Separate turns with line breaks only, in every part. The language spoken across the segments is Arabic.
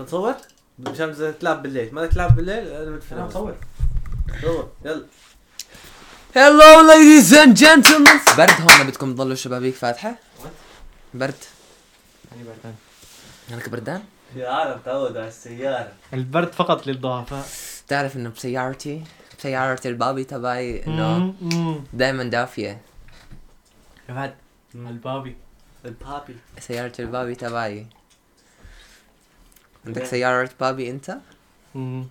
نصور مشان بدها تلعب بالليل ما بدك تلعب بالليل انا بدفن
انا مصور
صور يلا
هلو ليديز اند جنتلمان برد هون بدكم تضلوا الشبابيك فاتحه؟
What?
برد
يعني بردان
هلك بردان؟
يا عالم تعودوا على السيارة
البرد فقط للضعفاء
بتعرف انه بسيارتي بسيارة البابي تبعي انه
مم، مم.
دائما دافية
بعد البابي
البابي
سيارة البابي تبعي عندك سيارة بابي انت؟
مم.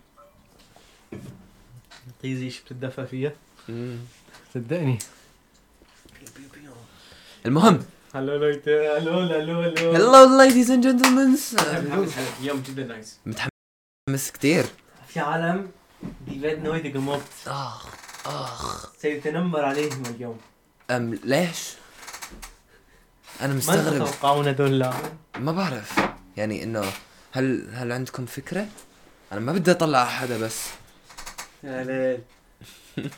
طيزي ايش بتدفى فيها
مم.
صدقني
بيو بيو بيو.
المهم
هلو ليت هلو هلو هلو
هلو ليديز اند جنتلمان
يوم جدا نايس
متحمس كتير
في عالم دي باد نويد جموبت
اخ اخ
سيتنمر عليهم اليوم
ام ليش؟ انا
من
مستغرب
تتوقعون دول لا
ما بعرف يعني انه هل هل عندكم فكرة؟ انا ما بدي اطلع حدا بس
يا ليل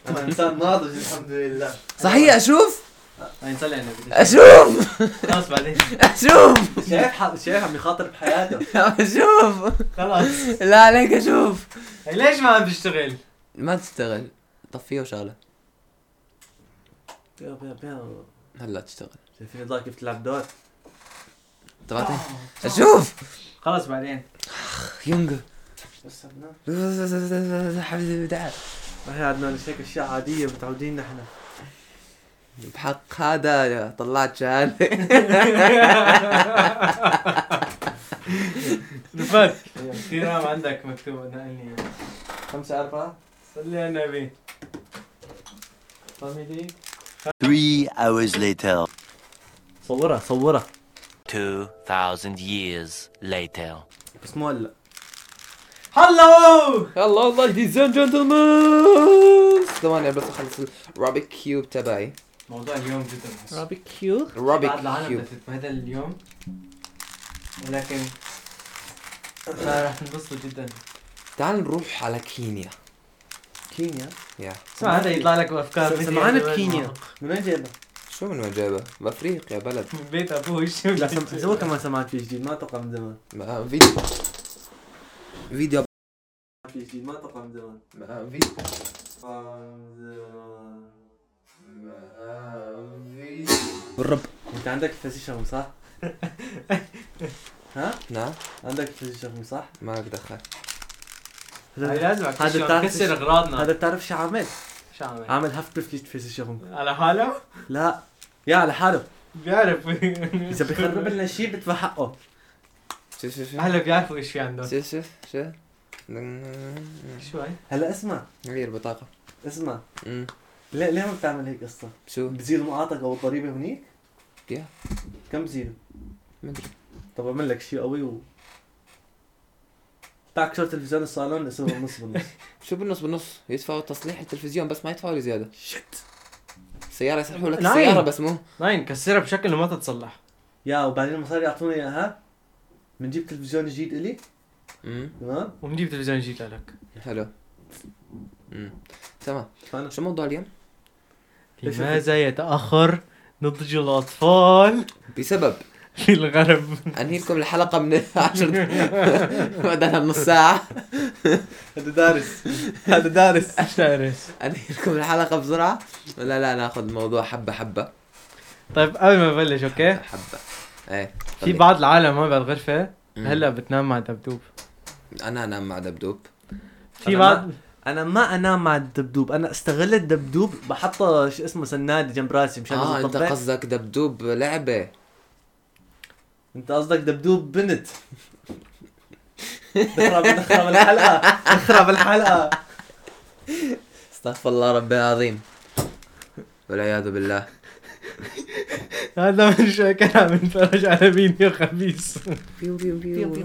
انا انسان ناضج الحمد لله
صحيح اشوف
أنا نصلي على النبي
اشوف
خلاص بعدين
اشوف
شايف ح- شايف عم يخاطر بحياته
اشوف
خلاص
لا عليك اشوف
ليش ما عم تشتغل؟
ما تشتغل طفيه وشغله
بيو بيو بيو.
هلا تشتغل
شايفين الضوء كيف تلعب دور
طب أعطيني.
آه.
اشوف
خلاص بعدين
يونغ
بس بدنا ما هي عدنا هيك اشياء عادية متعودين نحن
بحق هذا طلعت شهادة
رفات
إيه،
في
نعم
رام عندك مكتوب انا اني
خمسة أربعة
صلي على النبي طيب
فاميلي
Three hours later.
صورها صورها
2,000 years later.
بس مو هلا
هلو
هلا والله ليديز اند جنتلمان ثواني بس اخلص الرابيك كيوب تبعي
موضوع اليوم جدا مصر.
رابيك كيوب رابيك
بعض العالم
كيوب
بتتبهدل اليوم ولكن ما رح تنبسطوا جدا
تعال نروح على كينيا
كينيا
يا
اسمع هذا يطلع لك افكار
سمعان بكينيا من وين جايبها؟
شو من وين جايبها؟ بافريقيا بلد
من بيت ابوه شو
لا سم... زمان كمان سمعت في جديد ما اتوقع من زمان
ما- فيديو فيديو
في جديد ما اتوقع من زمان
ما- فيديو
آه،
بالرب
انت عندك فازي شهم صح؟ ها؟
نعم
عندك فازي شهم صح؟
ما لك دخل
هاي لازم
هذا
هذا
بتعرف
كسر
إيش-
اغراضنا
هذا آه. بتعرف شو عامل؟
شو عمل؟
عامل هاف بريف فازي شهم
على حاله
لا يا على حاله
بيعرف
اذا بيخرب لنا شيء بدفع حقه
شوف شوف شوف
هلا بيعرفوا ايش في عندهم
شوف شوف شوف
شو هاي؟
هلا اسمع
غير بطاقة
اسمع
أمم.
ليه ليه ما بتعمل هيك قصه؟
شو
بزيد معاطك او الضريبه هنيك؟
يا.
كم بزيدوا؟
مدري
طب اعمل لك شيء قوي و تعك شو تلفزيون الصالون اسمه بالنص بالنص
شو بالنص بالنص يدفعوا تصليح التلفزيون بس ما يدفعوا لي زيادة
شت
السيارة يصلحوا لك
نعم.
السيارة بس مو
ناين كسرها بشكل إنه ما تتصلح
يا وبعدين المصاري اعطوني اياها بنجيب تلفزيون جديد الي
أمم.
تمام
ونجيب تلفزيون جديد لك
حلو أمم. تمام
فانا
شو موضوع اليوم؟
ليش
لماذا يتأخر نضج الأطفال
بسبب
في الغرب
انهي لكم الحلقة من 10 بدل نص ساعة
هذا دارس
هذا دارس
أشترس
انهي لكم الحلقة بسرعة ولا لا ناخذ الموضوع حبة حبة
طيب قبل ما نبلش أوكي
حبة ايه
في
خليك.
بعض العالم هون بالغرفة
مم.
هلا بتنام مع دبدوب
انا انام مع دبدوب
في بعض
انا ما انام مع الدبدوب انا استغل الدبدوب بحطه شو اسمه سنادي جنب راسي مشان
اه
إذا
انت
طبيت.
قصدك دبدوب لعبة
انت قصدك دبدوب بنت تخرب تخرب الحلقه تخرب الحلقه
استغفر الله ربي العظيم والعياذ بالله
هذا من شوي كان عم نتفرج على فيديو خبيث
بيو بيو بيو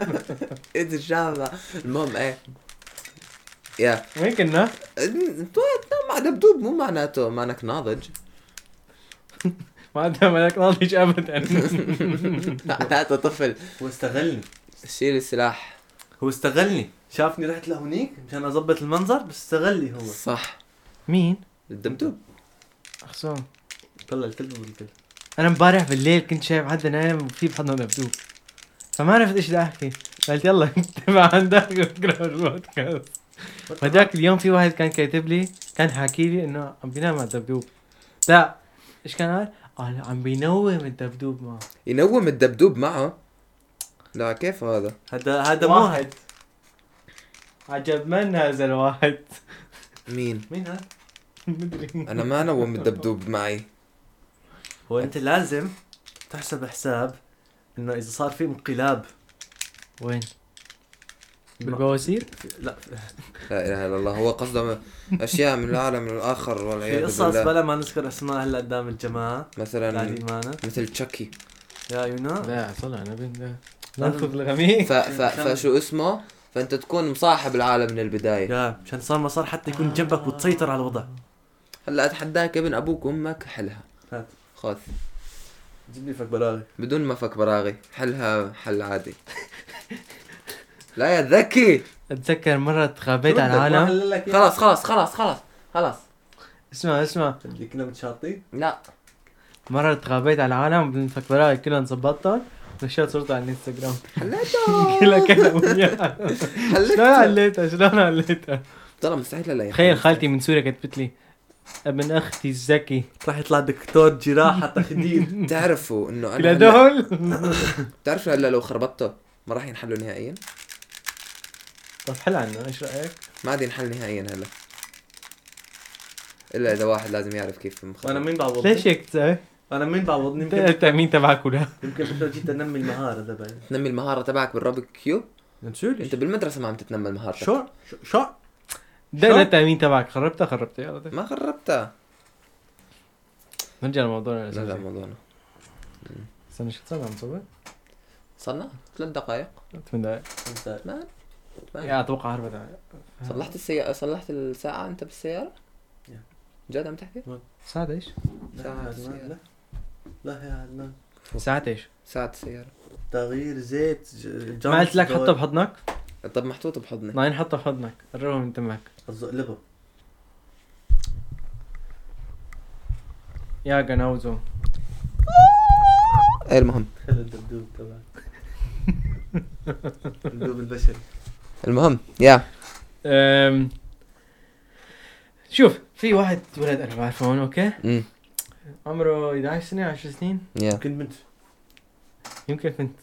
ايه الجامعة المهم ايه يا
وين كنا؟
انت تنام مع دبدوب مو معناته ما انك ناضج
ما أنت ملك ناضج أبدا
معناته طفل
هو استغلني
شيل السلاح
هو استغلني شافني رحت لهونيك مشان اظبط المنظر بس استغلني هو
صح
مين؟
الدبدوب
أخصام
طلع الكلب والكلب
انا امبارح بالليل كنت شايف حدا نايم وفي بحضنه دبدوب فما عرفت ايش بدي احكي قلت يلا تبع عندك بكره البودكاست فذاك اليوم في واحد كان كاتب لي كان حاكي لي انه عم بينام مع الدبدوب لا ايش كان قال؟ قال عم بينوم الدبدوب معه
ينوم الدبدوب معه لا كيف هذا؟
هذا هذا مو هاد.
واحد عجب من هذا الواحد
مين؟
مين هذا؟
مدري
انا ما نوم الدبدوب معي
هو انت لازم تحسب حساب انه اذا صار في انقلاب
وين؟ بالبواسير؟
لا
لا اله الا الله هو قصده اشياء من العالم الاخر
في
والعياذ
قصص
بالله
بلا ما نذكر اسماء هلا قدام الجماعه
مثلا
قاعدين معنا
مثل تشكي
يا يونا
لا طلع انا بين ننفذ الغميق
ف... ف... فشو اسمه فانت تكون مصاحب العالم من البدايه
يا مشان صار ما صار حتى يكون جنبك وتسيطر على الوضع
هلا اتحداك ابن ابوك وامك حلها
هات.
خذ
جيب لي فك بلاغي
بدون ما فك براغي حلها حل عادي لا يا ذكي
اتذكر مرة تغابيت على العالم
خلاص خلاص خلاص خلاص خلاص
اسمع اسمع
اللي كنا متشاطي
لا
مرة تغابيت على العالم بنفك براي كلهم زبطتهم نشرت صورته على الانستغرام كلها
حلته
كانوا وياها. شلون
حلته
عليتها شلون عليتها
ترى مستحيل لا
تخيل خالتي من سوريا كتبت لي ابن اختي الزكي
راح يطلع دكتور جراحه تخدير
تعرفوا انه انا
كلا
هلا-
دول
بتعرفوا هلا لو خربطته ما راح ينحلوا نهائيا
طب حل عنه ايش رايك؟
ما عاد ينحل نهائيا هلا الا اذا واحد لازم يعرف كيف مخرب
وانا مين بعوضني؟
ليش هيك تسوي؟
انا مين بعوضني؟
انت
يمكن
التامين تبعك ولا
يمكن بدي جيت انمي المهاره تبعي
تنمي المهاره تبعك بالربك كيوب
شو
انت بالمدرسه ما عم تتنمى مهارتك
شو شو
ده لا التامين تبعك خربتها خربتها يلا ده.
ما خربتها
نرجع لموضوعنا
نرجع
الاساسي
لموضوعنا
استنى شو إيه؟ صار عم نصور؟
صرنا ثلاث دقائق
ثمان دقائق
ما ما
يا اتوقع اربع دقائق
صلحت السيارة صلحت الساعة أنت بالسيارة؟
آه. يا.
جد عم تحكي؟
ساعة ايش؟
لا يا عدنان، لا. لا يا عدنان
ساعة ايش؟
ساعة السيارة
تغيير زيت ج-
ما قلت لك حطه
جوال.
بحضنك؟
طب محطوط بحضني
ناين حطه بحضنك قربها من تمك
قصده اقلبه
يا جناوزو
ايه المهم
خلي الدبدوب تبعك الدبدوب البشري
المهم يا
أم... شوف في واحد ولد انا بعرفه هون اوكي
امم
عمره 11 سنه 10 سنين
يا
يمكن بنت
يمكن كنت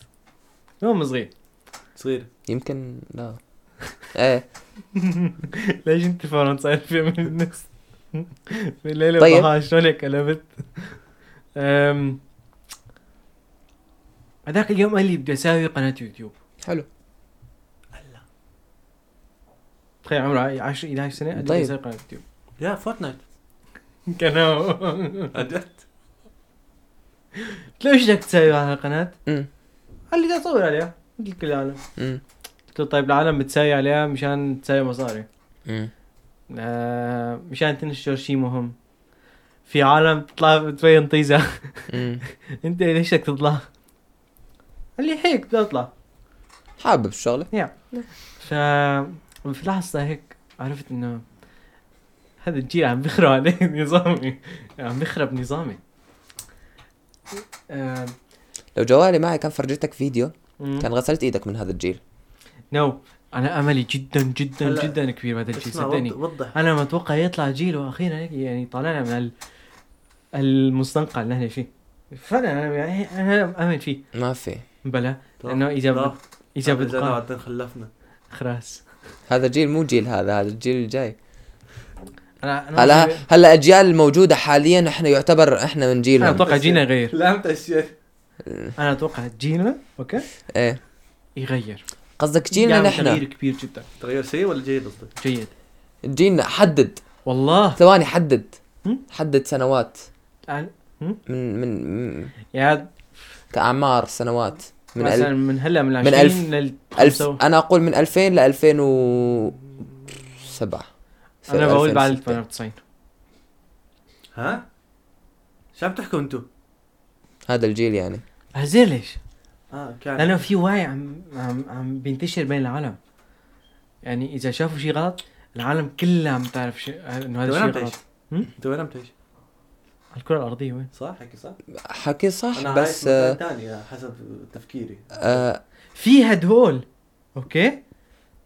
المهم صغير
صغير
يمكن لا ايه
ليش انت فرنسا في من الناس في الليل
طيب.
والضحى شلون هيك قلبت أم... هذاك اليوم قال لي بدي اساوي قناه يوتيوب
حلو
تخيل عمره 10 11 سنه قال لي بدي
طيب.
اساوي قناه إيه يوتيوب
يا فورتنايت
كان هو.
عدت
قلت له ايش بدك تساوي على القناه؟
امم
قال لي بدي اصور عليها مثل كل العالم
امم
قلت له طيب العالم بتساوي عليها مشان تساوي مصاري
امم
آه مشان تنشر شيء مهم في عالم تطلع بتبين طيزة
أمم.
انت ليش بدك تطلع قال لي هيك بدي اطلع
حابب الشغلة
ف في لحظة هيك عرفت انه هذا الجيل عم بيخرب علي نظامي عم بيخرب نظامي آه،
لو جوالي معي كان فرجيتك فيديو
مم.
كان غسلت ايدك من هذا الجيل
نو انا املي جدا جدا
هلا-
جدا كبير بهذا الجيل
اسمع
صدقني
وض- وضح
انا متوقع يطلع جيل واخيرا هيك يعني طالعنا من ال- المستنقع اللي نحن فيه فعلا انا يعني انا مامن فيه
ما في
بلا لانه اذا
لا.
بد- اذا
هذا جانا
بدك
بعدين خلفنا
خلاص
هذا الجيل مو جيل هذا هذا الجيل الجاي
انا انا
هلا هلا اجيال الموجودة حاليا احنا يعتبر احنا من
انا
جيلهم
اتوقع جيلنا يغير
لا انت اشياء
انا اتوقع جيلنا اوكي
ايه
يغير
قصدك جيلنا
يعني
يعمل
نحن
تغيير كبير جدا
تغير شيء ولا جيد قصدك؟
جيد
جيلنا حدد
والله
ثواني حدد
هم؟
حدد سنوات
يعني
من من من-
يعني
كأعمار سنوات من
مثلا
ألف
من هلا من
من
20 لل
ألف
5
أنا أقول من 2000 ل 2007
انا بقول بعد
2006.
98
ها؟ شو عم تحكوا انتم؟
هذا الجيل يعني
هزير ليش؟
اه كان
لانه في وعي عم عم عم بينتشر بين العالم يعني اذا شافوا شيء غلط العالم كلها عم تعرف شيء انه
انت طيب، وين
هذا
عم
الشيء غلط
تعيش؟ انت وين عم تعيش؟
على الكره الارضيه وين
صح حكي صح؟
حكي صح
انا
بس
آه،
بس مكان ثاني حسب تفكيري
آه
في هدول اوكي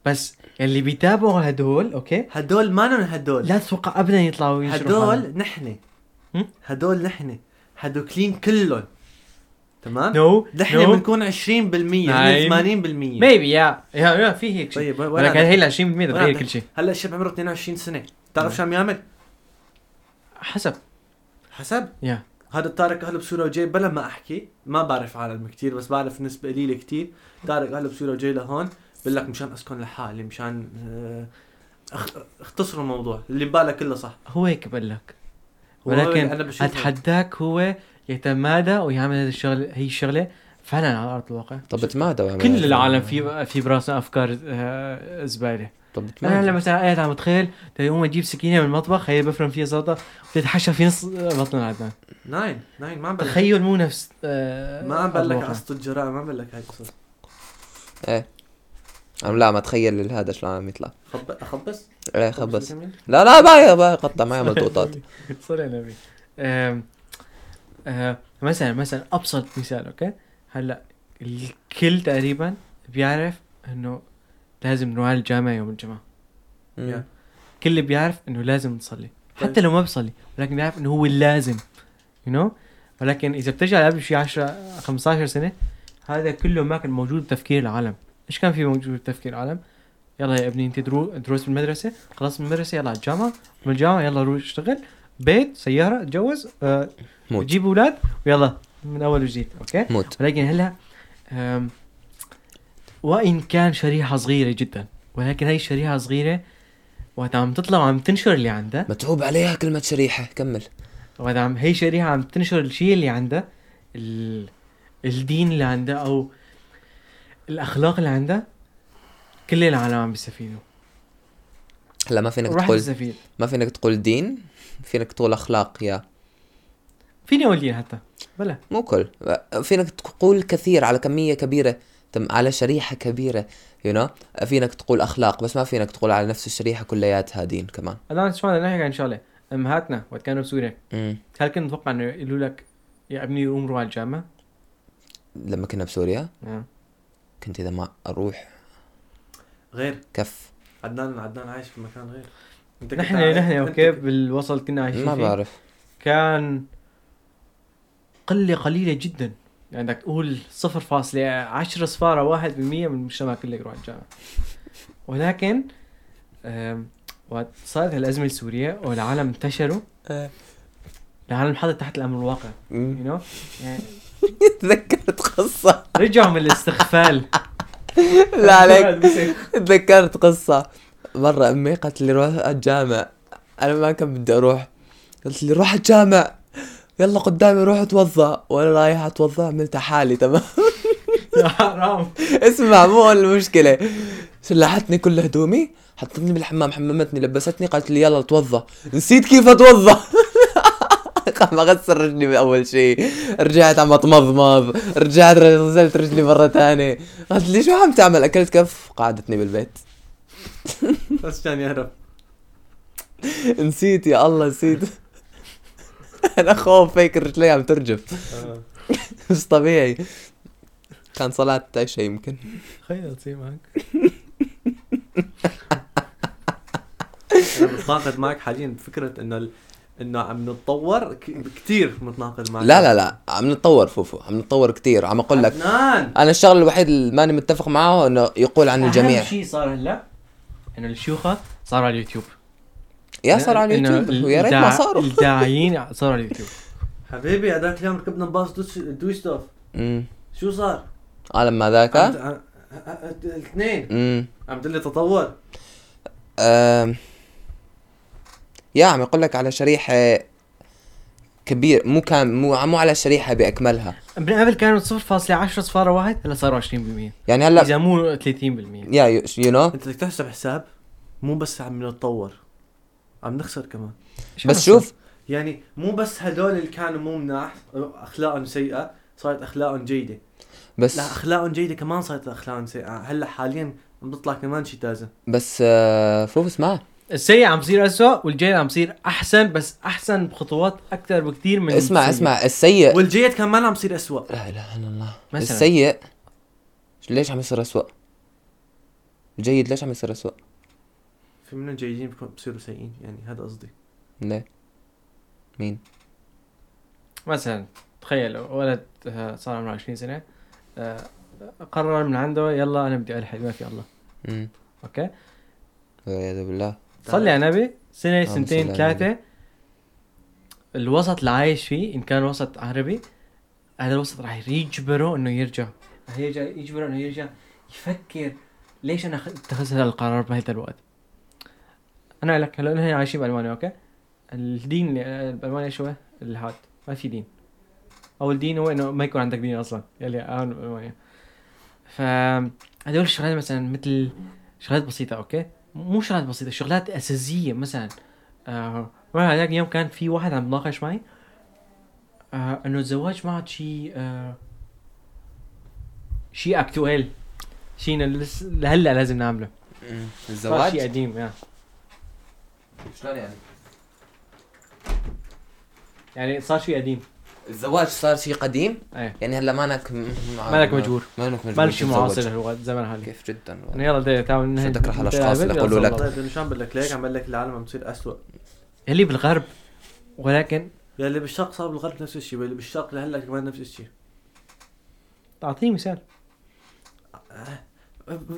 بس اللي بيتابعوا هدول اوكي
هدول ما نون هدول
لا تتوقع ابدا يطلعوا يشرحوا هذا.
هدول نحن
هم؟
هدول نحن هدوكلين كلهم تمام؟
نو
نحن
نو.
بنكون 20%
نعم.
من 80%
ميبي يا يا يا في هيك شيء
طيب وين- وين
ولكن
عندك؟
هي ال 20% تغير
عندك؟
كل شيء نعم.
هلا الشاب عمره 22 سنه بتعرف شو عم يعمل؟
حسب
حسب
يا
هذا طارق اهله بسوريا وجاي بلا ما احكي ما بعرف عالم كثير بس بعرف نسبه قليله كثير طارق اهله بسوريا وجاي لهون بقول لك مشان اسكن لحالي مشان آه، أخ- اختصر الموضوع اللي ببالك كله صح
هو هيك بقول لك
هو
ولكن
أنا بشوفه.
اتحداك هو يتمادى ويعمل هذا الشغل هي الشغله فعلا على ارض الواقع
طب تمادى وعمل
كل
هيك.
العالم في في براسنا افكار آه، زباله
طب
انا
تمادى
هلا مثلا قاعد عم طيب اتخيل تقوم اجيب سكينه من المطبخ هي بفرم فيها سلطه بتتحشى في نص بطن العدنان
ناين ناين ما عم بقول لك-
تخيل مو نفس آه،
ما عم بقول لك
الواقع.
قصه الجرائم ما عم بقول لك هاي القصص
انا لا ما اتخيل هذا شلون عم يطلع
خب اخبص
ايه خبص
كمان؟
لا لا باي باي قطع ما يعمل توطات
صلي على النبي آم، آه، مثلا مثلا ابسط مثال اوكي هلا الكل تقريبا بيعرف انه لازم نروح على الجامعه يوم الجمعه
يا.
كل بيعرف انه لازم نصلي حتى
طيب.
لو ما بصلي ولكن بيعرف انه هو اللازم يو you know? ولكن اذا بترجع قبل شي 10 15 سنه هذا كله ما كان موجود بتفكير العالم ايش كان في موجود بتفكير العالم يلا يا ابني انت درو- دروس بالمدرسه خلص من المدرسه يلا على الجامعه من الجامعه يلا روح اشتغل بيت سياره تجوز آه،
موت.
جيب اولاد ويلا من اول وجديد اوكي
موت
ولكن هلا آم، وان كان شريحه صغيره جدا ولكن هاي الشريحه صغيره وقت عم تطلع وعم تنشر اللي عندها
متعوب عليها كلمة شريحة كمل
وقت عم هي شريحه عم تنشر الشيء اللي عندها ال... الدين اللي عندها او الاخلاق اللي عندها كل العالم عم بيستفيدوا
هلا ما فينك
راح
تقول
تستفيد
ما فينك تقول دين فينك تقول اخلاق يا
فيني اقول لي حتى بلا
مو كل فينك تقول كثير على كمية كبيرة تم على شريحة كبيرة يو you know? فينك تقول اخلاق بس ما فينك تقول على نفس الشريحة كلياتها دين كمان
الان شو بدنا نحكي عن شغله امهاتنا وقت كانوا بسوريا
مم.
هل كنت متوقع انه يقولوا لك يا ابني قوم روح على الجامعه؟
لما كنا بسوريا
آه.
كنت اذا ما اروح
غير
كف
عدنان عدنان عايش في مكان غير انت كنت
نحن
عايش-
نحن
أنت
اوكي
كنت-
بالوسط كنا عايشين
ما
فيه.
بعرف
كان قلة قليلة جدا يعني بدك تقول صفر فاصلة عشرة صفارة واحد بالمية من المجتمع كله يروح على الجامعة ولكن آم، وقت صارت هالأزمة السورية والعالم انتشروا
إيه.
العالم حاطط تحت الأمر الواقع you
مم.
know? يعني
تذكرت قصة
رجعوا من الاستغفال
لا عليك تذكرت قصة مرة أمي قالت لي روح الجامع أنا ما كان بدي أروح قلت لي روح الجامع يلا قدامي روح اتوضا وانا رايح اتوضا عملتها حالي تمام
يا حرام
اسمع مو المشكله سلحتني كل هدومي حطتني بالحمام حممتني لبستني قالت لي يلا اتوضا نسيت كيف اتوضا قام اغسل رجلي باول شيء رجعت عم اتمضمض رجعت غسلت رجلي مره ثانيه قالت لي شو عم تعمل اكلت كف قعدتني بالبيت
بس كان يهرب
نسيت يا الله نسيت انا خوف هيك رجلي عم ترجف
آه.
مش طبيعي كان صلاة عشاء يمكن
خير تصير معك
انا متناقض معك حاليا بفكره انه ال- انه عم نتطور كثير متناقض معك
لا لا لا عم نتطور فوفو عم نتطور كتير عم اقول لك
عدنان
انا الشغله الوحيد اللي ماني متفق معاه انه يقول عن الجميع
أهم شيء صار هلا إنه الشيوخة صاروا على اليوتيوب
يا صار على
إنه
اليوتيوب ويا ريت ما
الداع-
صاروا
الداعيين صاروا على اليوتيوب
حبيبي هذاك اليوم ركبنا باص دوس- دويستوف
امم
شو صار؟
اه لما
عم
ذاك
ت- عم- ع- ع- الاثنين
امم
عم تقول لي تطور
آم. يا عم يقول لك على شريحه كبير مو كان مو مو على شريحه باكملها
من قبل كانوا 0.10 صفارة واحد هلا صاروا 20%
يعني هلا
اذا مو 30%
يا يو نو
انت بدك تحسب حساب مو بس عم نتطور عم نخسر كمان
بس شوف
يعني مو بس هدول اللي كانوا مو مناح اخلاقهم سيئه صارت اخلاقهم جيده
بس
لا اخلاقهم جيده كمان صارت اخلاقهم سيئه هلا حاليا آه، عم بيطلع كمان شيء تازه
بس آه، فوف اسمع
السيء عم بصير اسوء والجيد عم بصير احسن بس احسن بخطوات اكثر بكثير من
اسمع
السيء.
اسمع السيء
والجيد كمان عم بصير اسوء
لا اله الا الله
مثلا.
السيء ليش عم يصير اسوء الجيد ليش عم يصير اسوء؟
في منهم جيدين بكون- بصيروا سيئين يعني هذا قصدي
ليه؟ مين؟
مثلا تخيل ولد آه، صار عمره 20 سنه آه، قرر من عنده يلا انا بدي الحد ما في الله
امم
اوكي
والعياذ بالله
صلي على النبي سنه
اللهم صل
سنتين
على
ثلاثه الوسط اللي عايش فيه ان كان وسط عربي هذا الوسط راح يجبره انه يرجع راح يرجع يجبره انه يرجع يفكر ليش انا أخ- اتخذت هذا القرار بهذا الوقت انا لك هلا نحن عايشين بالمانيا اوكي الدين اللي- بالمانيا شو هو؟ الهاد ما في دين او الدين هو انه ما يكون عندك دين اصلا يلي هون بالمانيا ف هدول الشغلات مثلا مثل شغلات بسيطه اوكي مو شغلات بسيطه شغلات اساسيه مثلا آه مرة هذاك اليوم كان في واحد عم يناقش معي آه انه الزواج ما عاد شيء آه شيء اكتوال شيء إنه لس- لهلا لازم نعمله صار شيء قديم يا
شلون يعني؟
يعني صار شيء قديم
الزواج صار شيء قديم؟
ايه
يعني هلا مانك م- مع-
مالك مجبور.
مالك مجبور
ما شيء
تتزوج.
معاصر يعني هالوقت زمان هلا
كيف جدا
انه يلا دي تعال
شو
نهي-
بدك رح
ننتهي
الأشخاص اللي
هالبيت،
يقولوا
يلا
لك؟
صلى.
طيب انا شو عم بقول لك ليك عم بقول لك العالم عم تصير اسوء
اللي بالغرب ولكن
يلي بالشرق صار بالغرب نفس الشيء واللي بالشرق لهلا كمان نفس الشيء
اعطيني مثال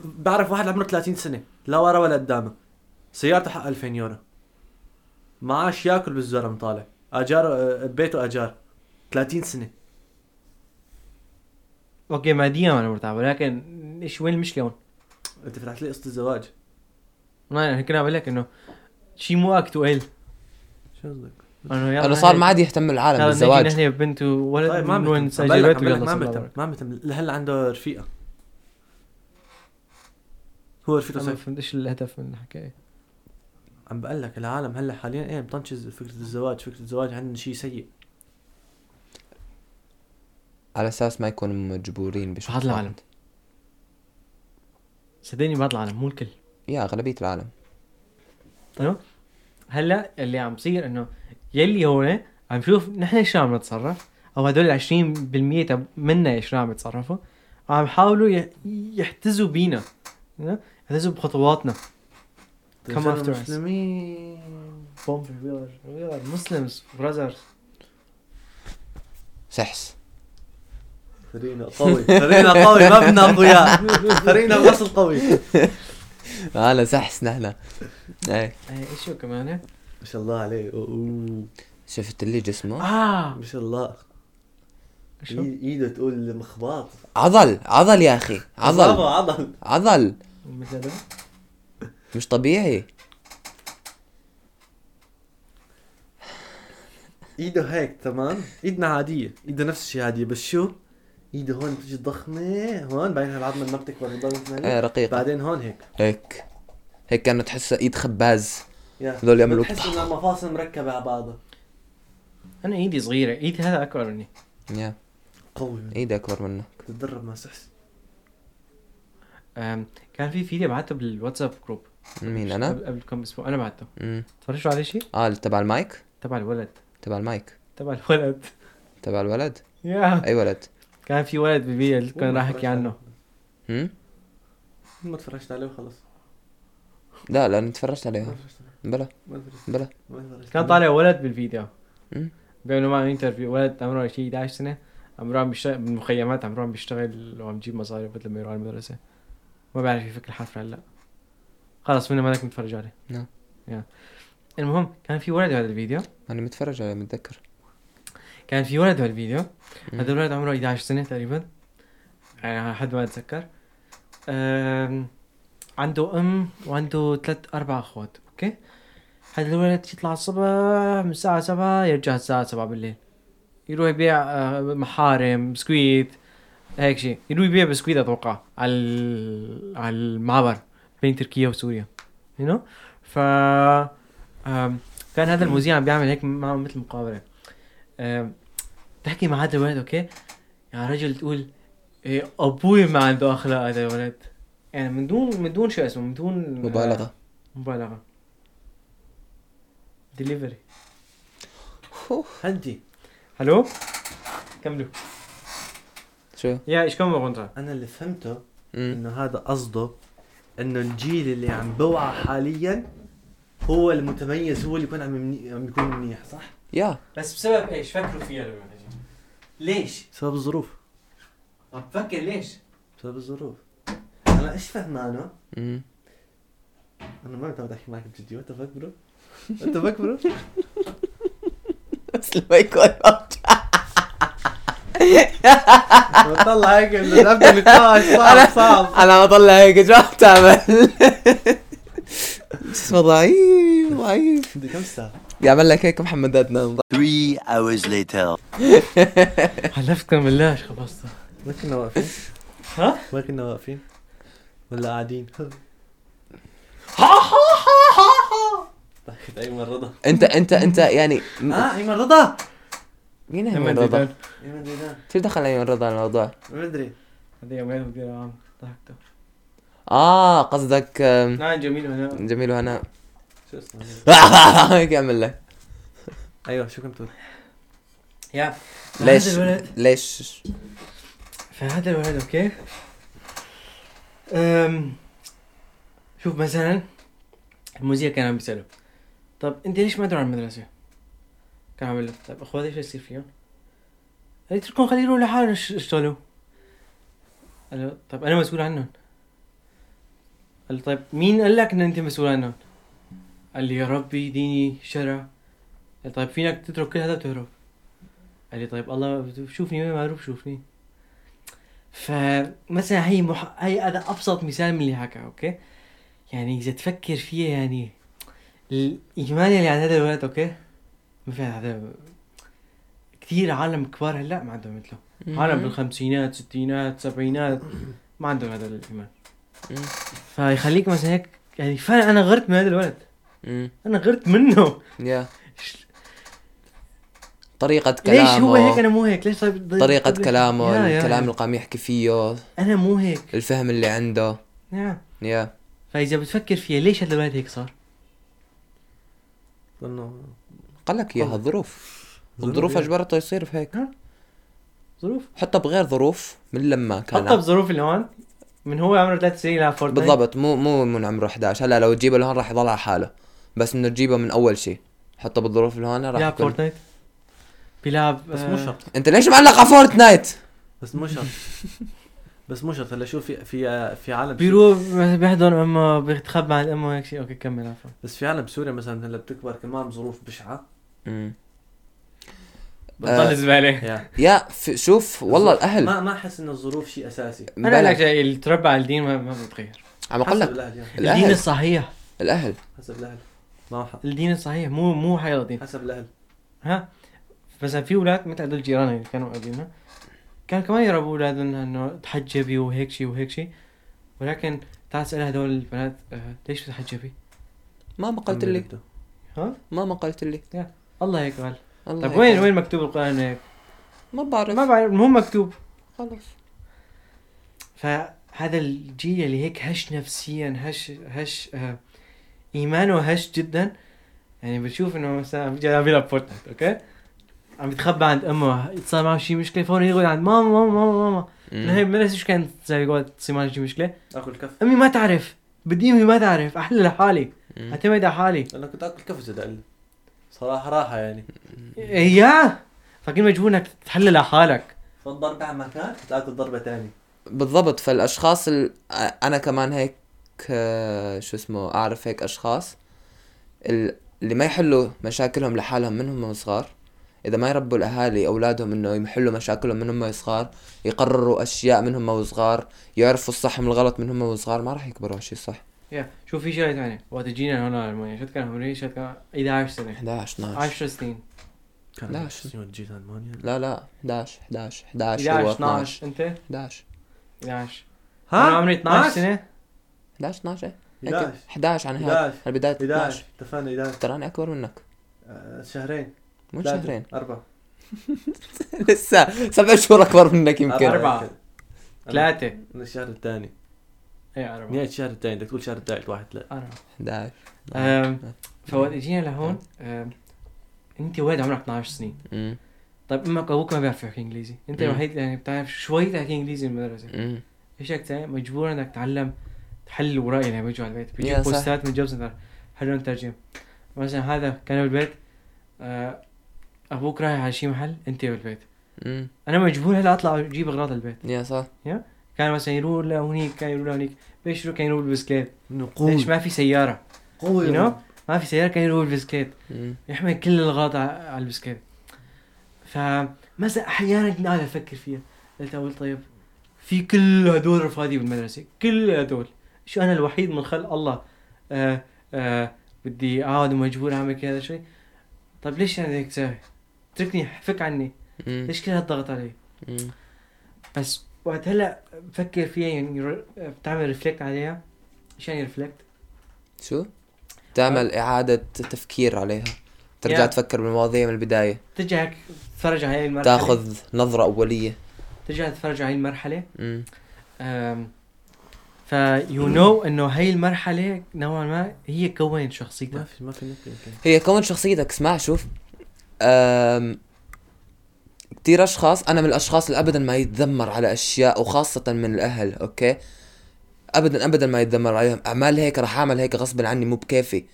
بعرف واحد عمره 30 سنه لا ورا ولا قدامه سيارته حق 2000 يورو معاش ياكل بالزرم طالع اجار آه، بيته اجار 30 سنه
اوكي ماديا انا مرتاح ولكن ايش وين المشكله هون؟
انت فتحت لي قصه الزواج
ما انا كنا عم بقول لك انه شيء مو اكتوال
شو قصدك؟
انه يلا
انا صار
نحن-
ما عاد يهتم العالم
يلا
بالزواج
نحن بنت وولد
طيب ما
وين
مهتم عم
سجلت
بقلك- عم بقلك
ويلا
ما
صلى الله
مهتم
عليه
ما مهتم لهلا عنده رفيقه هو رفيقه
وسلم. أنا ما
سيف
فهمت ايش الهدف من الحكايه
عم بقول لك العالم هلا حاليا ايه مطنشز فكره الزواج فكره الزواج عندنا شيء سيء
على اساس ما يكونوا مجبورين بشيء
بعض العالم. طيب. صدقني بعض العالم مو الكل
يا اغلبيه العالم
تمام هلا اللي عم بصير انه يلي هون عم شوف نحن شو عم نتصرف او هدول 20% تب منا شو عم يتصرفوا عم يحاولوا ي- يحتزوا بينا you know؟ يحتزوا بخطواتنا Come
رجال
after us.
المسلمين
وي ار مسلمز براذرز
سحس
فريقنا قوي فريقنا قوي ما بدنا اقوياء فريقنا بس قوي
هلا سحس نحن ايه
ايش إيه، هو كمان
ما شاء الله عليه أوه.
شفت اللي جسمه
اه
ما شاء الله
شو؟
إي- ايده تقول مخباط
عضل عضل يا اخي
برافو،
عضل
عضل
عضل
مثل هذا؟
مش طبيعي
ايده هيك تمام ايدنا عاديه ايده نفس الشيء عاديه بس شو ايده هون بتجي ضخمه هون بعدين هالعظمه ما بتكبر بتضل مثل
ايه
هيك.
رقيق
بعدين هون هيك
هيك هيك كانه تحس ايد خباز
يا.
هذول يعملوا
بتحس انها مفاصل مركبه على بعضها
انا ايدي صغيره ايدي إيه هذا اكبر مني
يا
قوي
ايدي ايه اكبر منه
تتدرب مع سحس
أم، كان في فيديو بعته بالواتساب جروب
مين انا؟
قبل قبل كم اسبوع انا بعته
امم
تفرجتوا عليه شيء
اه اللي تبع المايك
تبع الولد
تبع المايك
تبع الولد
تبع الولد
يا
اي ولد
كان في ولد بالفيديو كان راح احكي عنه
امم
ما تفرجت عليه وخلص
لا لان تفرجت عليها
ما تفرجت عليه.
بلا
ما تفرجت
بلا
ما تفرجت
كان
عليه.
طالع ولد بالفيديو
مم.
بيعملوا معه انترفيو ولد عمره شي 11 سنه عمره عم بيشتغل بالمخيمات عمره عم بيشتغل وعم بيجيب مصاري بدل ما يروح على المدرسه ما بعرف يفك الحرف هلا خلص منا مالك متفرج عليه
نعم.
يا. المهم كان في ولد بهذا الفيديو
انا متفرج عليها متذكر
كان في ولد بالفيديو
مم.
هذا الولد عمره 11 سنة تقريبا يعني على حد ما اتذكر أم، عنده ام وعنده ثلاث اربع اخوات اوكي هذا الولد يطلع الصبح من الساعة 7 يرجع الساعة 7 بالليل يروح يبيع آه، محارم بسكويت هيك شيء يروح يبيع بسكويت اتوقع على ال- على المعبر بين تركيا وسوريا you know ف أم، كان هذا المذيع عم بيعمل هيك معه مثل مقابلة أم، تحكي مع هذا الولد اوكي يا رجل تقول إيه ابوي ما عنده اخلاق هذا الولد يعني من دون من دون شو اسمه من دون
مبالغه
مبالغة دليفري
هدي
الو كملوا
شو
يا ايش كم غنطة
انا اللي فهمته
امم
انه هذا قصده انه الجيل اللي عم بوعى حاليا هو المتميز هو اللي يكون عم, يمني- عم يكون منيح صح؟
يا
بس بسبب ايش فكروا فيها لما نجي. ليش؟
بسبب الظروف
طب فكر ليش؟
بسبب الظروف انا ايش فهمانه؟
أمم.
انا ما متعود احكي معك بجدية وات فاك برو وات فاك برو
بس لما يكون
بطلع هيك إنه نبدا نقاش صعب صعب
انا بطلع هيك شو عم تعمل؟ جسمه ضعيف ضعيف
بدي كم ساعة
يعمل لك هيك محمد عدنان
Three hours later.
حلفتكم بالله ايش خلصت
ما كنا واقفين
ها؟
ما كنا واقفين ولا قاعدين ضحكت ايمن رضا
انت انت انت يعني م-
اه ايمن رضا
مين
لما
ايمن رضا؟
ديدان
ايمن زيدان
شو دخل ايمن رضا الموضوع؟
ما ادري
هذه وين مدير عام ضحكته
اه قصدك آم،
نعم جميل هنا
جميل وهناء
شو اسمه
هيك يعمل لك
ايوه شو كنت تقول؟
يا
ليش؟
هذا الولد
ليش؟
فهذا الولد اوكي أم شوف مثلا المذيع كان عم بيساله طب انت ليش ما تروح على المدرسه؟ كان عم بيقول له طب اخواتي شو يصير فيهم؟ قال اتركهم خليه يروحوا لحالهم يش- يشتغلوا قال له طب انا مسؤول عنهم قال له طيب مين قال لك ان انت مسؤول عنهم؟ قال لي يا ربي ديني شرع قال لي طيب فينك تترك كل هذا وتهرب قال لي طيب الله شوفني وين ما اروح شوفني فمثلا هي مح... هي هذا ابسط مثال من اللي حكى اوكي يعني اذا تفكر فيها يعني الايمان اللي عند هذا الولد اوكي مثلا هذا كثير عالم كبار هلا ما عندهم مثله عالم بالخمسينات ستينات سبعينات ما عندهم هذا الايمان
مم.
فيخليك مثلا هيك يعني فعلا انا غرت من هذا الولد
مم.
انا غرت منه
يا
إيش-
طريقة
ليش
كلامه
هو هيك انا مو هيك ليش طيب
طريقة
طيب- يا-
كلامه
يا-
الكلام القام يحكي فيه
انا مو هيك
الفهم اللي عنده
نعم
يا
فاذا بتفكر فيها ليش هذا الولد هيك صار؟
لانه
قال لك اياها الظروف الظروف اجبرته يصير بهيك
إيه؟ ظروف
حتى بغير ظروف من لما كان
حتى بظروف إيه؟ اللي هون من هو عمره ثلاث سنين يلعب فورتنايت
بالضبط مو مو من عمره 11 هلا لو تجيبه لهون راح يضل على حاله بس انه تجيبه من اول شيء حتى بالظروف اللي هون راح
بيلعب
يكون
فورتنايت بيلعب آه،
بس مو شرط
انت ليش معلق على فورتنايت؟
بس مو شرط بس مو شرط هلا شو في في في عالم
بيروح بيحضن امه بيتخبى عن امه هيك شيء اوكي كمل عفوا
بس في عالم بسوريا مثلا هلا بتكبر كمان بظروف بشعه
مم. آه.
بطل زباله
يا
يا في شوف والله الاهل
يعني ما ما احس انه الظروف شيء اساسي
انا
بلا.
لك شيء، اللي تربى على الدين ما, ما بيتغير
عم اقول
حسب
لك
الاهل يعني
الدين
الاهل
الصحيح
الاهل
حسب الاهل ما هو حق.
الدين الصحيح مو مو حياة الدين
حسب الاهل
ها مثلا في اولاد مثل هدول جيراننا اللي كانوا قبلنا كان كمان يربوا اولادهم انه تحجبي وهيك شيء وهيك شيء ولكن تعال اسال هدول البنات آه، ليش بتحجبي؟
ماما قالت
عمي
لي
بده.
ها؟
ماما قالت لي
الله هيك قال
الله
طيب وين
يكرمك.
وين مكتوب القران هيك؟
ما بعرف
ما بعرف المهم مكتوب
خلص
فهذا الجيل اللي هيك هش نفسيا هش هش آه ايمانه هش جدا يعني بتشوف انه مثلا عم بيجي عم بيلعب فورتنايت اوكي عم يتخبى عند امه صار معه شي مشكله فورا يقول عند ماما ماما ماما ماما
مم.
هي المدرسه ايش كانت زي قول تصير معنا شي مشكله
اكل كف
امي ما تعرف بدي امي ما تعرف احل لحالي
مم.
اعتمد على حالي
انا كنت اكل كف زاد قال لي. صراحه راحه يعني
إيه، يا فكنت مجبور انك تحل لحالك
تضرب على مكان تاكل ضربه ثانيه
بالضبط فالاشخاص ال... انا كمان هيك آه، شو اسمه اعرف هيك اشخاص ال- اللي ما يحلوا مشاكلهم لحالهم من هم صغار اذا ما يربوا الاهالي اولادهم انه يحلوا مشاكلهم من هم صغار يقرروا اشياء من هم صغار يعرفوا الصح من الغلط من هم صغار ما راح يكبروا على شيء صح
يا شوف في شغله ثانيه وقت جينا هون على المانيا شو كان عمري شو كان 11 سنه
11 12
10 سنين
كان
لا،
عندي
شو-
سنين جيت المانيا
لا لا 11 11 11 هو
11
12
12 انت
11
11 انا عمري 12 سنه
11 12 هيك
11
11 عن هيك
11
على بدايه
11
12
اتفقنا 11
ترى انا اكبر منك
آه، شهرين
مو
ثلاثة،
شهرين
أربعة
لسه سبع شهور اكبر منك يمكن
أربعة. ثلاثه
إيه،
من الشهر الثاني
اي اربعه
نهاية الشهر الثاني بدك تقول الشهر الثالث واحد لا
اربعه
11
أم، فوقت اجينا لهون أم، انت ولد عمرك 12 سنين
أمم،
طيب امك وابوك ما بيعرفوا يحكي انجليزي انت
مم.
الوحيد اللي يعني بتعرف شوي تحكي انجليزي بالمدرسه
أمم.
ايش بدك تعمل مجبور انك تتعلم حل وراي لما يجوا على البيت
يا
بيجوا
صح.
بوستات من جوب سنتر حلون ترجم مثلا هذا كان بالبيت آه، ابوك رايح على شي محل انت بالبيت
أمم.
انا مجبور هلا اطلع اجيب اغراض البيت
يا صح
كان مثلا يروح لهونيك كان يروح لهونيك بيشرو كان يروح بالبسكليت ليش
نقود
ما في سياره
قوي
you know؟ ما في سياره كان يروح بالبسكليت
أمم.
يحمل كل الغلط على على البسكيت فمثلا احيانا كنت قاعد افكر فيها قلت اول طيب في كل هدول رفاقي بالمدرسه كل هدول شو انا الوحيد من خلق الله آه آه بدي اقعد ومجبور اعمل كل هذا الشيء طيب ليش انا هيك ساوي؟ اتركني فك عني
أمم.
ليش كل هالضغط علي؟
أمم.
بس وقت هلا بفكر فيها يعني ر- بتعمل ريفلكت عليها ايش يعني ريفلكت؟
شو تعمل اعاده تفكير عليها ترجع
أه. يا.
تفكر بالمواضيع من البدايه
ترجع هيك تتفرج على هاي المرحله
تاخذ نظره اوليه
ترجع تتفرج على هاي المرحله
أمم.
أم، ف يو نو انه هاي المرحله نوعا ما هي كونت
ما
شخصيتك
في ما في نقطه يمكن
هي كون شخصيتك اسمع شوف أم... كثير اشخاص انا من الاشخاص اللي ابدا ما يتذمر على اشياء وخاصه من الاهل اوكي ابدا ابدا ما يتذمر عليهم اعمال هيك رح اعمل هيك غصبا عني مو بكيفي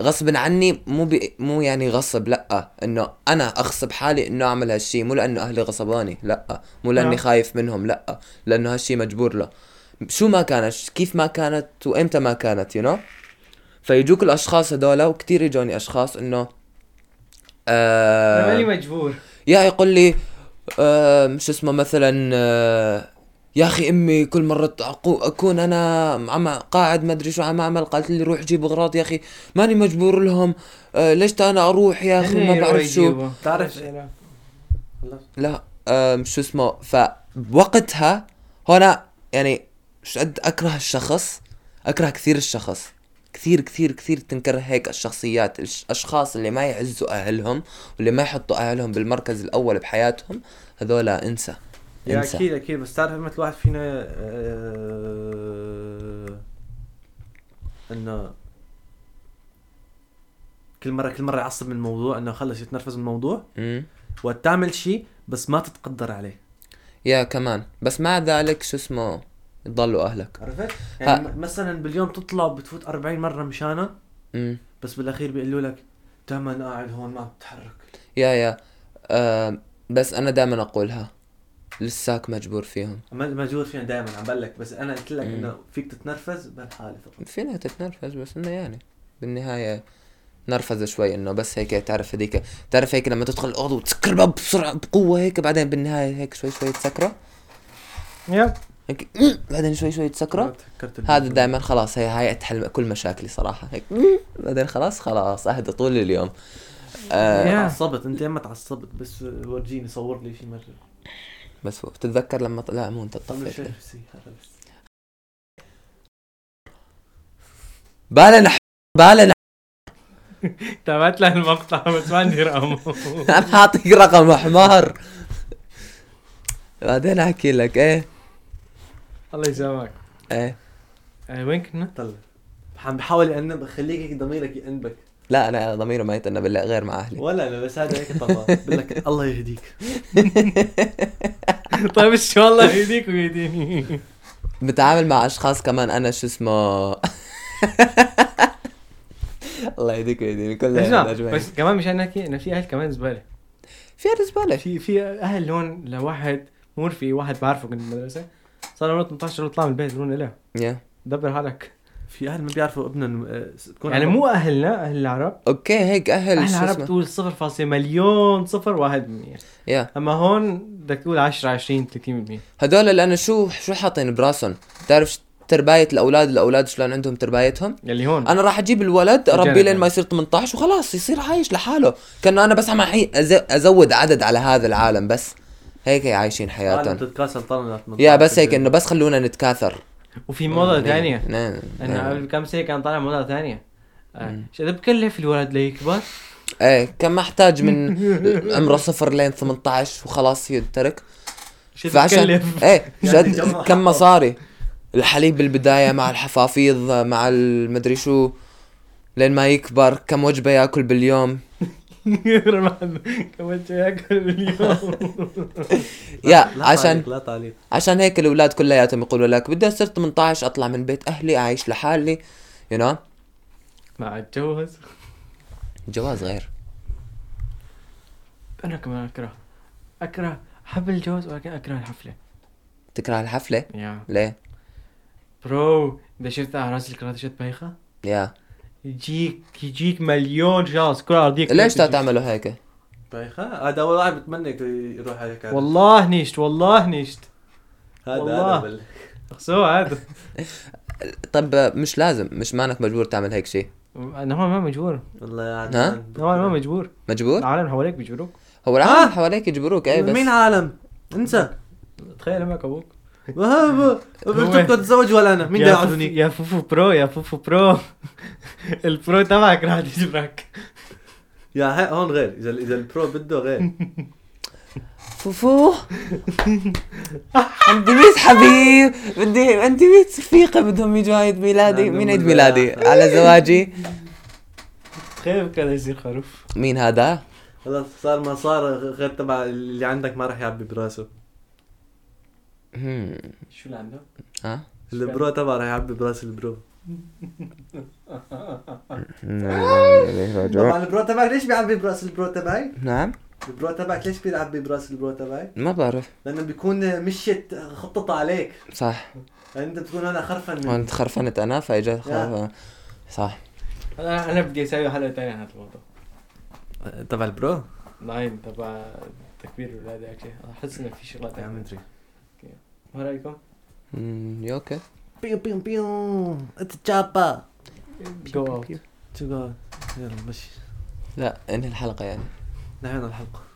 غصبا عني مو بي... مو يعني غصب لا انه انا اغصب حالي انه اعمل هالشي مو لانه اهلي غصباني لا مو لاني
نعم.
خايف منهم لا لانه هالشي مجبور له شو ما كانت كيف ما كانت وامتى ما كانت يو you know? فيجوك الاشخاص هذول وكثير يجوني اشخاص انه
انا مالي
آه
مجبور
يا يقول لي آه شو اسمه مثلا آه يا اخي امي كل مره تعقو- اكون انا عم قاعد ما ادري شو عم اعمل قالت لي روح جيب اغراض يا اخي ماني مجبور لهم آه ليش انا اروح يا
يعني
اخي آه، ما بعرف شو
تعرف- خلص.
لا أم، شو اسمه فوقتها هنا يعني مش قد اكره الشخص اكره كثير الشخص كثير كثير كثير تنكر هيك الشخصيات الش- الاشخاص اللي ما يعزوا اهلهم واللي ما يحطوا اهلهم بالمركز الاول بحياتهم هذولا انسى
يا
انسى
اكيد اكيد بس تعرف مثل واحد فينا آه، انه كل مره كل مره يعصب من الموضوع انه خلص يتنرفز من الموضوع
مم.
وتعمل شيء بس ما تتقدر عليه
يا كمان بس مع ذلك شو اسمه يضلوا اهلك
عرفت؟
يعني
يعني مثلا باليوم تطلع بتفوت 40 مره مشانها
مم.
بس بالاخير بيقولوا لك دائما قاعد هون ما عم تتحرك
يا يا أم، بس انا دائما اقولها لساك مجبور فيهم
مجهور فينا دائما عم بقول لك بس انا قلت لك
مم.
انه فيك تتنرفز بالحالة فقط
فينا تتنرفز بس انه يعني بالنهاية نرفز شوي انه بس هيك تعرف هذيك تعرف هيك لما تدخل الاوضه وتسكر الباب بسرعه بقوه هيك بعدين بالنهايه هيك شوي شوي تسكره
يب
هيك بعدين شوي شوي تسكره
تذكرت
هذا دائما خلاص هي هاي تحل كل مشاكلي صراحه هيك بعدين خلاص خلاص اهدى طول اليوم آه
يا.
تعصبت انت اما تعصبت بس ورجيني صور لي شي مره
بس بتتذكر لما ط- لا مو انت
طلع
طفيت
شيء نفسي هذا بس
بالا نح بالا نح
تابعت طيب، له المقطع بس ما عندي رقمه
انا حاطيك رقم حمار بعدين احكي لك ايه
الله يسامحك
ايه
آه، وين كنا؟
طلع عم بحاول انب خليك هيك ضميرك ينبك
لا انا ضميري ما يتأنى بالله غير مع اهلي
ولا لا بس هذا هيك طبعا بقول لك الله يهديك
طيب ان شاء الله يهديك ويهديني
بتعامل مع اشخاص كمان انا شو اسمه الله يهديك ويهديني
اسمع
كلنا اجمعين
نعم؟ بس كمان مشان نحكي انه في اهل كمان زباله
في زباله
في في اهل هون لواحد مور في واحد بعرفه كنت بالمدرسه صار عمره 18 وطلع من البيت لون له
يا.
دبر حالك
في اهل ما بيعرفوا ابنهم آه، تكون
يعني
عم-
مو اهلنا اهل العرب
اوكي هيك اهل
اهل
شو
العرب
اسمه
تقول صفر فاصلة مليون صفر واحد بالمية
يا
اما هون بدك تقول 10 20 30 بالمية
هدول اللي انا شو شو حاطين براسهم تعرف ش- تربايه الاولاد الاولاد شلون عندهم تربايتهم
يلي هون
انا راح اجيب الولد اربيه
مجرد.
لين ما يصير 18 وخلاص يصير عايش لحاله كانه انا بس عم أحي- أز- ازود عدد على هذا العالم بس هيك عايشين
عالم
حياتهم
تتكاسل طلعت من
يا
طاقة
بس هيك
الجن.
انه بس خلونا نتكاثر
وفي موضة
نعم.
ثانية
نعم.
انه
نعم.
قبل كم سنة كان طالع موضة ثانية آه، ايش قد بكلف الولد ليكبر؟
ايه كان محتاج من عمره صفر لين 18 وخلاص يترك
ايش قد
فعشان
بكلف؟
ايه
يعني
جد
جمع حقه.
كم مصاري الحليب بالبداية مع الحفافيض مع المدري شو لين ما يكبر كم وجبة ياكل باليوم
كثر ما كملت شيء اكل اليوم
يا
لا طيب.
عشان
تعليق، لا تعليق
عشان هيك الاولاد كلياتهم يقولوا لك بدي اصير 18 اطلع من بيت اهلي اعيش لحالي يو نو
ما اتجوز
الجواز غير
انا كمان اكره اكره احب الجواز ولكن اكره الحفله
تكره الحفله
يا
ليه
برو اذا شفت اعراس الكراتشات بايخه
يا
يجيك يجيك مليون شخص كل ارضيك
ليش تا تعملوا هيك
بايخة طيب، هذا اول واحد بتمنى يك- يروح على هيك
والله نشت والله نشت
هذا
والله.
هذا بال-
خسوا هذا
طب مش لازم مش مانك مجبور تعمل هيك شيء
انا ما مجبور
والله يا
ها؟
عدنان
انا ما مجبور
مجبور
العالم حواليك بيجبروك
هو
ها؟
العالم حواليك يجبروك ايه بس
مين عالم؟ انسى
تخيل امك ابوك
قلت لك تتزوج ولا انا مين
يا
قاعد يقعد
فوفو-
هنيك؟
يا فوفو برو يا فوفو برو البرو تبعك راح يجبرك
يا هاي هون غير اذا اذا البرو بده غير
فوفو عبد الميت حبيب بدي عندي 100 رفيقه بدهم يجوا عيد ميلادي
عندهم
مين عيد
ولا-
ميلادي على زواجي
تخيل كان يصير خروف
مين هذا
خلاص صار ما صار غير تبع اللي عندك ما راح يعبي براسه
هم،
شو اللي عنده؟
ها
البرو تبع راح يعبي براس البرو طبعا البرو تبعك ليش بيعبي براس البرو تبعي؟
نعم
البرو تبعك ليش بيعبي براس البرو تبعي؟
ما بعرف
لانه بيكون مشيت خطط عليك
صح
انت بتكون انا خرفن منه
هون خرفنت انا فاجت خرفنة. صح
انا انا بدي اسوي حلقه ثانيه عن هذا الموضوع
تبع البرو؟
ناين تبع تكبير الاولاد اكشلي احس انه في شغلات
يا مدري
ما رايكم؟
مم، يا اوكي
بيو بيو بيو اتس تشابا
جو اوت
شو قال؟ يلا مشي
لا انهي الحلقه يعني
نهينا الحلقه